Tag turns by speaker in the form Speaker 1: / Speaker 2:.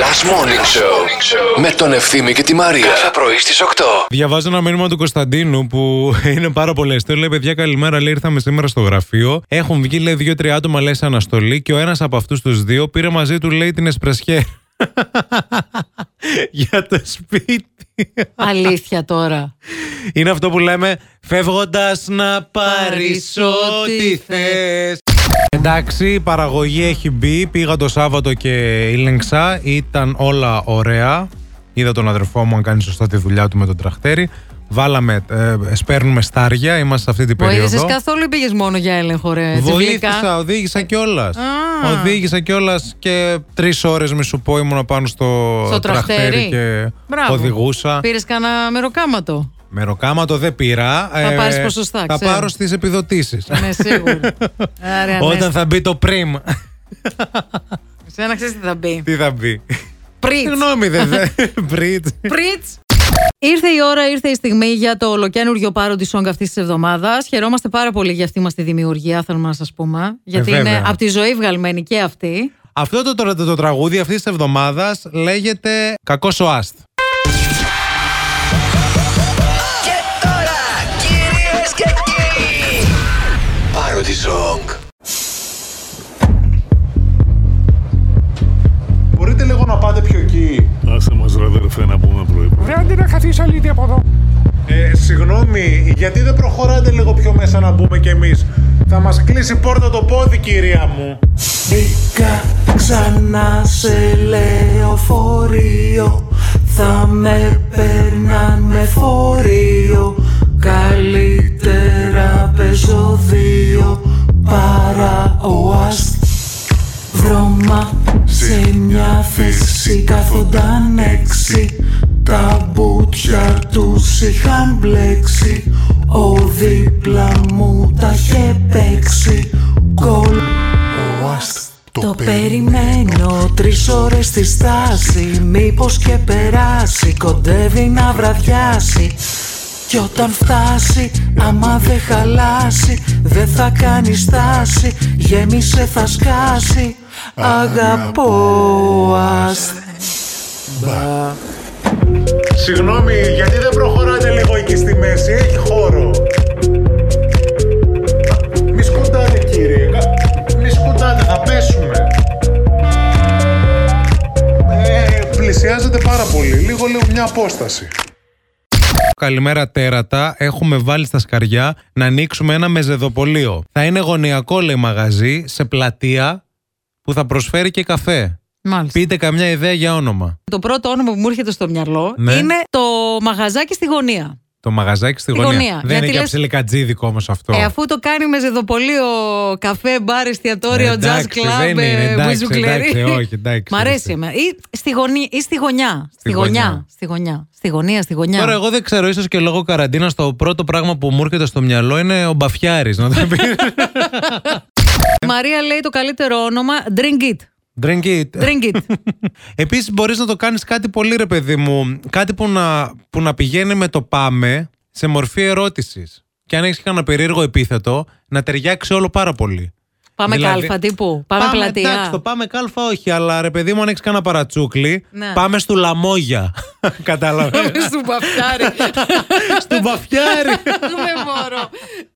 Speaker 1: Last Morning Show με τον Ευθύμη και τη Μαρία. Κάθε πρωί στις 8.
Speaker 2: Διαβάζω ένα μήνυμα του Κωνσταντίνου που είναι πάρα πολλές. Του λέει: Παιδιά, καλημέρα. Λέει: Ήρθαμε σήμερα στο γραφείο. Έχουν βγει, λέει, δύο-τρία άτομα, λέει, σε αναστολή. Και ο ένας από αυτούς τους δύο πήρε μαζί του, λέει, την εσπρεσιέ. Για το σπίτι.
Speaker 3: Αλήθεια τώρα.
Speaker 2: Είναι αυτό που λέμε φεύγοντας να πάρεις ό,τι θες. Εντάξει, η παραγωγή έχει μπει. Πήγα το Σάββατο και ήλεγξα. Ήταν όλα ωραία. Είδα τον αδερφό μου αν κάνει σωστά τη δουλειά του με τον τραχτέρι. Βάλαμε, ε, σπέρνουμε στάρια. Είμαστε σε αυτή την
Speaker 3: Βοήθησες
Speaker 2: περίοδο.
Speaker 3: καθόλου ή πήγες μόνο για έλεγχο, ρε. τσιμπλικά?
Speaker 2: Βοήθησα, οδήγησα κιόλας. Οδήγησα κιόλας και τρεις ώρες, μη σου πω, ήμουνα πάνω στο,
Speaker 3: Στο τραχτέρι
Speaker 2: και
Speaker 3: Μπράβο.
Speaker 2: οδηγούσα.
Speaker 3: Πήρες κανένα μεροκάματο.
Speaker 2: Μεροκάματο δεν πήρα. Θα
Speaker 3: πάρεις ποσοστά,
Speaker 2: Θα
Speaker 3: ξέρω.
Speaker 2: πάρω στις επιδοτήσεις.
Speaker 3: Ναι, σίγουρα. Άρα, ναι.
Speaker 2: Όταν θα μπει το πριμ,
Speaker 3: Σε ένα ξέρεις τι θα μπει.
Speaker 2: τι θα μπει.
Speaker 3: Πριτ.
Speaker 2: Συγγνώμη, δεν θα. Πριτ.
Speaker 3: Πριτ. Ήρθε η ώρα, ήρθε η στιγμή για το ολοκένουργιο πάρο τη σόγκα αυτής της εβδομάδας. Χαιρόμαστε πάρα πολύ για αυτή μας τη δημιουργία, θέλουμε να σας πούμε. Γιατί είναι
Speaker 2: Ε, βέβαια.
Speaker 3: από τη ζωή βγαλμένη και αυτή.
Speaker 2: Αυτό το, το, το τραγούδι αυτής της εβδομάδας λέγεται Κακός ο Άστ.
Speaker 4: Και τώρα, κυρίες και κύριοι,
Speaker 1: Parody Song.
Speaker 5: Μπορείτε λίγο να πάτε πιο εκεί.
Speaker 6: Άσε μας ρε αδερφέ να πούμε πρωί πρωί.
Speaker 5: Ε, συγγνώμη, γιατί δεν προχωράτε λίγο πιο μέσα να μπούμε κι εμείς. Θα μας κλείσει πόρτα το πόδι, κυρία μου.
Speaker 7: Μπήκα ξανά σε λεωφορείο Θα με περνάν με φορείο Καλύτερα παίζω δύο παρά ο αστ Βρώμα σε μια θέση καθονταν έξι Τα μπουτια τους είχαν μπλέξει Ο δίπλα μου τα είχε παίξει Κολ ο αστ το περιμένω τρεις ώρες στη στάση Μήπως και περάσει κοντεύει να βραδιάσει Κι όταν φτάσει άμα δεν χαλάσει Δεν θα κάνει στάση γέμισε θα σκάσει Αγαπώ ας
Speaker 5: Συγγνώμη, γιατί δεν προχωράτε λίγο εκεί στη μέση, έχει χώρο. Μη σκοντάτε, κύριε. Κα- Μη σκοντάτε, θα πέσουμε. Ε, πλησιάζετε πάρα πολύ. Λίγο, λίγο μια απόσταση.
Speaker 2: Καλημέρα τέρατα, έχουμε βάλει στα σκαριά να ανοίξουμε ένα μεζεδοπολείο. Θα είναι γωνιακό λέει μαγαζί σε πλατεία που θα προσφέρει και καφέ.
Speaker 3: Μάλιστα.
Speaker 2: Πείτε καμιά ιδέα για όνομα.
Speaker 3: Το πρώτο όνομα που μου έρχεται στο μυαλό
Speaker 2: Ναι.
Speaker 3: είναι το μαγαζάκι στη γωνία.
Speaker 2: Το μαγαζάκι στη
Speaker 3: Στη
Speaker 2: γωνία.
Speaker 3: γωνία.
Speaker 2: Δεν
Speaker 3: Γιατί
Speaker 2: είναι και
Speaker 3: λες-
Speaker 2: αψιλικατζίδικο όμως αυτό.
Speaker 3: Ε, αφού το κάνει με ζεδοπολείο, καφέ, μπαρ, εστιατόριο, jazz
Speaker 2: Ε, Εντάξει,
Speaker 3: club,
Speaker 2: δεν είναι,
Speaker 3: ε,
Speaker 2: εντάξει,
Speaker 3: μπουζουκλερί.
Speaker 2: εντάξει, όχι, εντάξει,
Speaker 3: Μ' αρέσει
Speaker 2: ορίστε.
Speaker 3: εμένα. Ή στη, γωνία, ή στη γωνιά. Στη,
Speaker 2: γωνιά.
Speaker 3: γωνιά. Στη γωνιά. Στη γωνία, στη γωνιά.
Speaker 2: Τώρα, εγώ δεν ξέρω, ίσως και λόγω καραντίνας, το πρώτο πράγμα που μου έρχεται στο μυαλό είναι ο Μπαφιάρης. Να το πεις.
Speaker 3: Μαρία λέει το καλύτερο όνομα Drink It.
Speaker 2: Drink it.
Speaker 3: Drink It.
Speaker 2: Επίσης, μπορείς να το κάνεις κάτι πολύ, ρε παιδί μου. Κάτι που να, που να πηγαίνει με το πάμε σε μορφή ερώτησης. Και αν έχεις κανένα περίεργο επίθετο, να ταιριάξει όλο πάρα πολύ.
Speaker 3: Πάμε
Speaker 2: Δηλαδή-
Speaker 3: κάλφα τύπου. Πάμε, πλατεία.
Speaker 2: Εντάξει, το πάμε κάλφα, όχι, αλλά ρε παιδί μου, αν έχεις κανένα παρατσούκλι,
Speaker 3: Ναι.
Speaker 2: πάμε στο λαμόγια. Κατάλαβες.
Speaker 3: Σου παφτάρι.
Speaker 2: Στον μπαφιάρι.
Speaker 3: Δεν μπορώ.